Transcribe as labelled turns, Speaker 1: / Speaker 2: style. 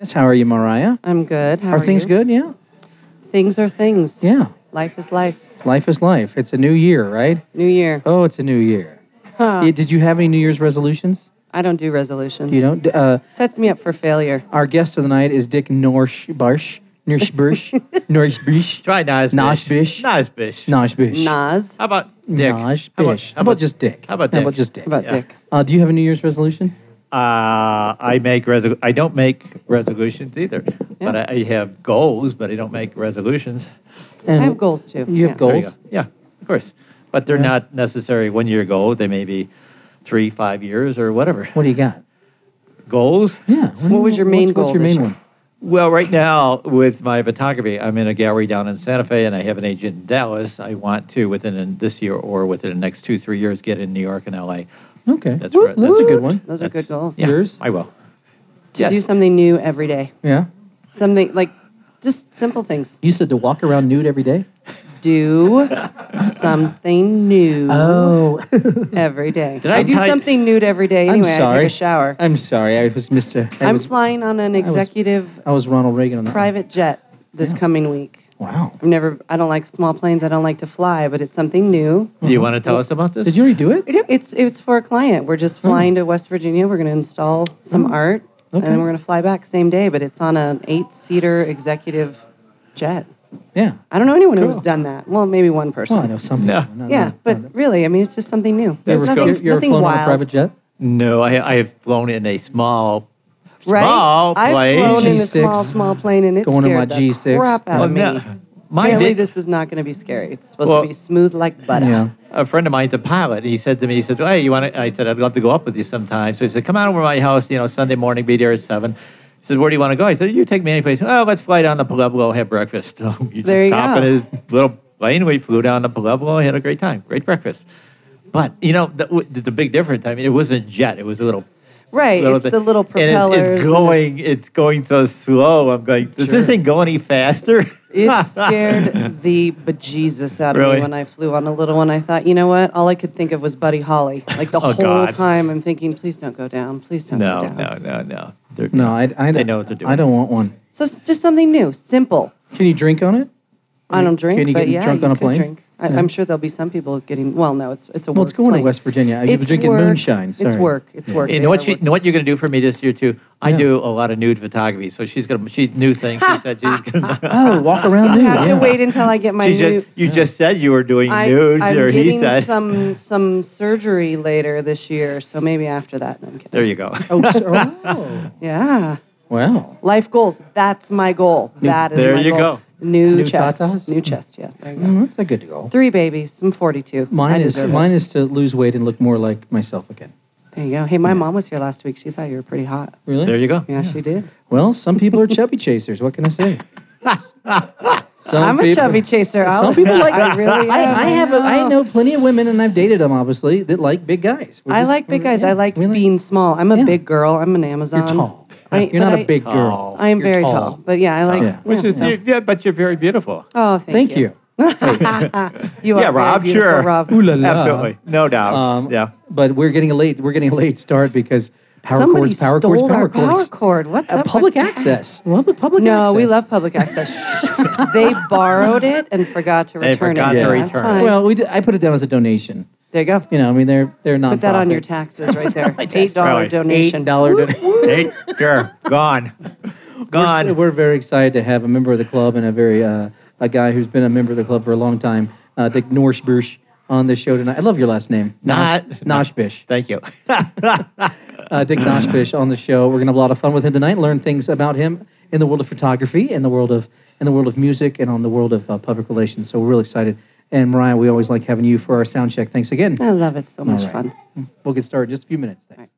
Speaker 1: Yes, how are you, Mariah?
Speaker 2: I'm good. How
Speaker 1: are,
Speaker 2: are,
Speaker 1: things
Speaker 2: you?
Speaker 1: good? Yeah.
Speaker 2: Things are things.
Speaker 1: Yeah.
Speaker 2: Life is life.
Speaker 1: Life is life. It's a new year, right?
Speaker 2: New year.
Speaker 1: Oh, it's a new year.
Speaker 2: Huh.
Speaker 1: Yeah, Did you have any New Year's resolutions?
Speaker 2: I don't do resolutions.
Speaker 1: You don't? D- Uh,
Speaker 2: Sets me up for failure.
Speaker 1: our guest of the night is Dick Norshbush. Norshbush. Norshbush.
Speaker 3: Try Nas
Speaker 1: Nosh Bish.
Speaker 3: Nas Bish.
Speaker 1: Noshbush.
Speaker 2: Nas.
Speaker 3: How about Dick?
Speaker 1: Nosh
Speaker 3: How about,
Speaker 1: Bish. How about just Dick?
Speaker 3: how about
Speaker 1: How about
Speaker 3: Dick?
Speaker 1: just Dick?
Speaker 2: How about
Speaker 3: Yeah.
Speaker 2: Dick?
Speaker 1: Uh, do you have a New Year's resolution?
Speaker 3: Uh, I make resol- I don't make resolutions either, but I, I have goals, but I don't make resolutions.
Speaker 1: And
Speaker 2: I have goals too.
Speaker 1: You have
Speaker 2: Yeah.
Speaker 1: goals?
Speaker 3: There you go. Yeah, of course, but they're
Speaker 1: Yeah.
Speaker 3: not necessarily one year goal. They may be three, five years, or whatever.
Speaker 1: What do you got?
Speaker 3: Goals?
Speaker 1: Yeah. do
Speaker 2: What
Speaker 1: you-
Speaker 2: was your main
Speaker 1: what's,
Speaker 2: goal
Speaker 1: What's your
Speaker 2: this
Speaker 1: main
Speaker 2: year?
Speaker 1: one?
Speaker 3: Well, right now with my photography, I'm in a gallery down in Santa Fe, and I have an agent in Dallas. I want to within this year or within the next two, three years get in New York and L.A.
Speaker 1: Okay.
Speaker 3: That's right. That's
Speaker 1: a good one.
Speaker 2: Those are
Speaker 3: That's-
Speaker 2: good goals.
Speaker 3: Yeah,
Speaker 1: Yours?
Speaker 3: I will.
Speaker 2: To
Speaker 3: yes.
Speaker 2: do something new every day.
Speaker 1: Yeah.
Speaker 2: Something like just simple things.
Speaker 1: You said to walk around nude every day?
Speaker 2: Do something new
Speaker 1: Oh.
Speaker 2: every day.
Speaker 3: Did I
Speaker 2: do
Speaker 3: tie-
Speaker 2: something new every day
Speaker 1: I'm
Speaker 2: anyway. I
Speaker 1: sorry.
Speaker 2: take a shower.
Speaker 1: I'm sorry. I was Mr. I
Speaker 2: I'm
Speaker 1: was,
Speaker 2: flying on an
Speaker 1: was-
Speaker 2: executive
Speaker 1: I was Ronald Reagan on that. one.
Speaker 2: private jet this
Speaker 1: Yeah.
Speaker 2: coming week.
Speaker 1: Wow.
Speaker 2: I've never. I don't like small planes. I don't like to fly, but it's something new.
Speaker 3: Do Mm-hmm. you want to tell us about this?
Speaker 1: Did you already do it?
Speaker 2: We do- It's it's for a client. We're
Speaker 1: Hmm.
Speaker 2: just flying to West Virginia. We're going to install some
Speaker 1: Oh,
Speaker 2: art, and
Speaker 1: okay.
Speaker 2: then we're going to fly back same day. But it's on an eight-seater executive jet.
Speaker 1: Yeah.
Speaker 2: I don't know anyone
Speaker 1: Cool.
Speaker 2: who's done that. Well, maybe one person.
Speaker 1: Well, I know some.
Speaker 3: No.
Speaker 1: people. Not-
Speaker 2: yeah,
Speaker 1: not-
Speaker 2: but
Speaker 1: not-
Speaker 2: really, I mean, it's just something new.
Speaker 1: you
Speaker 2: There's
Speaker 1: ever,
Speaker 3: That's
Speaker 1: flown-
Speaker 2: nothing,
Speaker 1: you ever
Speaker 2: nothing
Speaker 1: flown
Speaker 2: wild,
Speaker 1: on a private jet?
Speaker 3: No, I, I have flown in a small.
Speaker 2: right?
Speaker 3: Small
Speaker 2: I've
Speaker 3: plane.
Speaker 2: flown in a
Speaker 1: G6.
Speaker 2: small, small plane, and it
Speaker 1: Going in my
Speaker 2: scared the
Speaker 1: G6.
Speaker 2: crap out
Speaker 1: Well,
Speaker 2: of me.
Speaker 3: Mine
Speaker 2: Apparently,
Speaker 3: did,
Speaker 2: this is not going to be scary. It's supposed
Speaker 3: Well-
Speaker 2: to be smooth like butter.
Speaker 1: Yeah.
Speaker 3: a friend of mine's a pilot. He said to me, he said, "Hey, you want to?" I said, "I'd love to go up with you sometime." So he said, "Come on over to my house, you know, Sunday morning, be there at 7. He said, "Where do you want to go?" I said, "You take me any place." Oh, let's fly down to Pueblo, have breakfast. So you just
Speaker 2: There you
Speaker 3: hop
Speaker 2: go.
Speaker 3: in his little plane. We flew down to Pueblo, had a great time, great breakfast. But you know, the, w- the big difference. I mean, it wasn't a jet; it was a little
Speaker 2: Right.
Speaker 3: little
Speaker 2: It's
Speaker 3: thing.
Speaker 2: the little
Speaker 3: And it-
Speaker 2: propellers. and
Speaker 3: it's
Speaker 2: it's-
Speaker 3: going. It's, going so slow. I'm going. Does this
Speaker 2: Sure.
Speaker 3: thing go any faster?
Speaker 2: It scared the bejesus out of
Speaker 3: Really?
Speaker 2: me when I flew on a little one. I thought, you know what? All I could think of was Buddy Holly. Like the
Speaker 3: Oh,
Speaker 2: whole
Speaker 3: God.
Speaker 2: time, I'm thinking, please don't go down. Please don't
Speaker 3: no,
Speaker 2: go down.
Speaker 3: no, no, no. They're-
Speaker 1: No, I, I,
Speaker 3: They
Speaker 1: don't-
Speaker 3: know what they're doing.
Speaker 1: I don't want one.
Speaker 2: So it's just something new, simple.
Speaker 1: Can you drink on it?
Speaker 2: I don't drink,
Speaker 1: Can you
Speaker 2: but
Speaker 1: get
Speaker 2: yeah,
Speaker 1: drunk
Speaker 2: you
Speaker 1: on a
Speaker 2: could
Speaker 1: plane?
Speaker 2: drink. I,
Speaker 1: Yeah.
Speaker 2: I'm sure there'll be some people getting. Well, no, it's it's a
Speaker 1: Well,
Speaker 2: work
Speaker 1: it's going
Speaker 2: plane.
Speaker 1: to West Virginia. You were
Speaker 2: It's
Speaker 1: drinking
Speaker 2: work.
Speaker 1: moonshine.
Speaker 2: It's
Speaker 1: sorry.
Speaker 2: work. It's work.
Speaker 3: And
Speaker 2: They
Speaker 3: what
Speaker 2: are
Speaker 3: she,
Speaker 2: work.
Speaker 3: and what you're going to do for me this year too? I
Speaker 1: Yeah.
Speaker 3: do a lot of nude photography, so she's going to she new things. She said she's going
Speaker 1: Oh, walk around
Speaker 2: You
Speaker 1: nude.
Speaker 2: have to
Speaker 1: yeah.
Speaker 2: wait until I get my
Speaker 3: she
Speaker 2: new.
Speaker 3: just you just said you were doing
Speaker 2: I,
Speaker 3: nudes,
Speaker 2: I'm
Speaker 3: or
Speaker 2: getting
Speaker 3: he said.
Speaker 2: some some surgery later this year, so maybe after that. No, I'm kidding.
Speaker 3: There you go.
Speaker 1: Oh, so- oh.
Speaker 2: Yeah.
Speaker 1: wow.
Speaker 2: Life goals. That's my goal.
Speaker 1: New-
Speaker 2: That is
Speaker 3: there
Speaker 2: my
Speaker 3: you
Speaker 2: goal.
Speaker 3: go.
Speaker 2: New,
Speaker 1: New
Speaker 2: chest.
Speaker 1: tatas?
Speaker 2: New chest, yeah. There you go.
Speaker 1: Mm, that's a good goal.
Speaker 2: Three babies. I'm 42.
Speaker 1: Mine
Speaker 2: I
Speaker 1: is
Speaker 2: deserve it.
Speaker 1: mine is to lose weight and look more like myself again.
Speaker 2: There you go. Hey, my mom was here last week. She thought you were pretty hot.
Speaker 1: Really?
Speaker 3: There you go.
Speaker 2: Yeah, she did.
Speaker 1: Well, some people are chubby chasers. What can I say? Some
Speaker 2: I'm a
Speaker 1: people-
Speaker 2: chubby chaser. I'll-
Speaker 1: Some people like-
Speaker 2: I really. am.
Speaker 1: I, I have a, I know plenty of women and I've dated them obviously that like big guys. We're
Speaker 2: I
Speaker 1: just-
Speaker 2: like big guys.
Speaker 1: yeah,
Speaker 2: I like
Speaker 1: we
Speaker 2: being small. I'm a
Speaker 1: Yeah.
Speaker 2: big girl. I'm an Amazon.
Speaker 1: You're tall.
Speaker 2: I-
Speaker 1: You're not
Speaker 2: but
Speaker 1: a
Speaker 2: I-
Speaker 1: big girl.
Speaker 3: Tall.
Speaker 2: I am
Speaker 1: You're
Speaker 2: very tall. but yeah, I like.
Speaker 1: Yeah.
Speaker 3: Which is
Speaker 2: yeah.
Speaker 3: yeah. but you're very beautiful.
Speaker 2: Oh, thank,
Speaker 1: Thank you.
Speaker 2: you are
Speaker 3: Yeah,
Speaker 2: very
Speaker 3: Rob,
Speaker 2: beautiful,
Speaker 3: sure.
Speaker 2: Rob.
Speaker 1: Ooh la la.
Speaker 3: Absolutely, no doubt.
Speaker 1: Um,
Speaker 3: yeah.
Speaker 1: But we're getting a late we're getting a late start because power
Speaker 2: Somebody
Speaker 1: cords, power
Speaker 2: stole
Speaker 1: cords, power
Speaker 2: our power
Speaker 1: cords.
Speaker 2: cord. What's
Speaker 1: Uh,
Speaker 2: up?
Speaker 1: public
Speaker 2: with-
Speaker 1: access. Well, but public
Speaker 2: no,
Speaker 1: access.
Speaker 2: we love public access. they borrowed it and forgot to
Speaker 3: They
Speaker 2: return
Speaker 3: forgot
Speaker 2: it.
Speaker 1: to
Speaker 2: Yeah,
Speaker 3: return
Speaker 2: that's
Speaker 3: it.
Speaker 2: fine.
Speaker 1: Well, we d- I put it down as a donation.
Speaker 2: there you go.
Speaker 1: You know, I mean they're they're not
Speaker 2: Put that on your taxes right there.
Speaker 1: My tax-
Speaker 2: Eight dollar
Speaker 3: Right.
Speaker 2: donation.
Speaker 1: Eight dollar donation.
Speaker 3: Hey, sure. Gone.
Speaker 1: We're, so-
Speaker 3: Gone.
Speaker 1: we're very excited to have a member of the club and a very uh, a guy who's been a member of the club for a long time, uh, Dick Norshbush, on the show tonight. I love your last name, Nosh-
Speaker 3: Not-
Speaker 1: Noshbish.
Speaker 3: Thank you.
Speaker 1: Uh, Dick Noshbish on the show. We're gonna have a lot of fun with him tonight. Learn things about him in the world of photography, in the world of in the world of music, and on the world of uh, public relations. So we're real excited. And Mariah, we always like having you for our sound check. Thanks again.
Speaker 2: I love it. So much
Speaker 1: All right.
Speaker 2: fun.
Speaker 1: We'll get started in just a few minutes. Thanks.
Speaker 2: All right.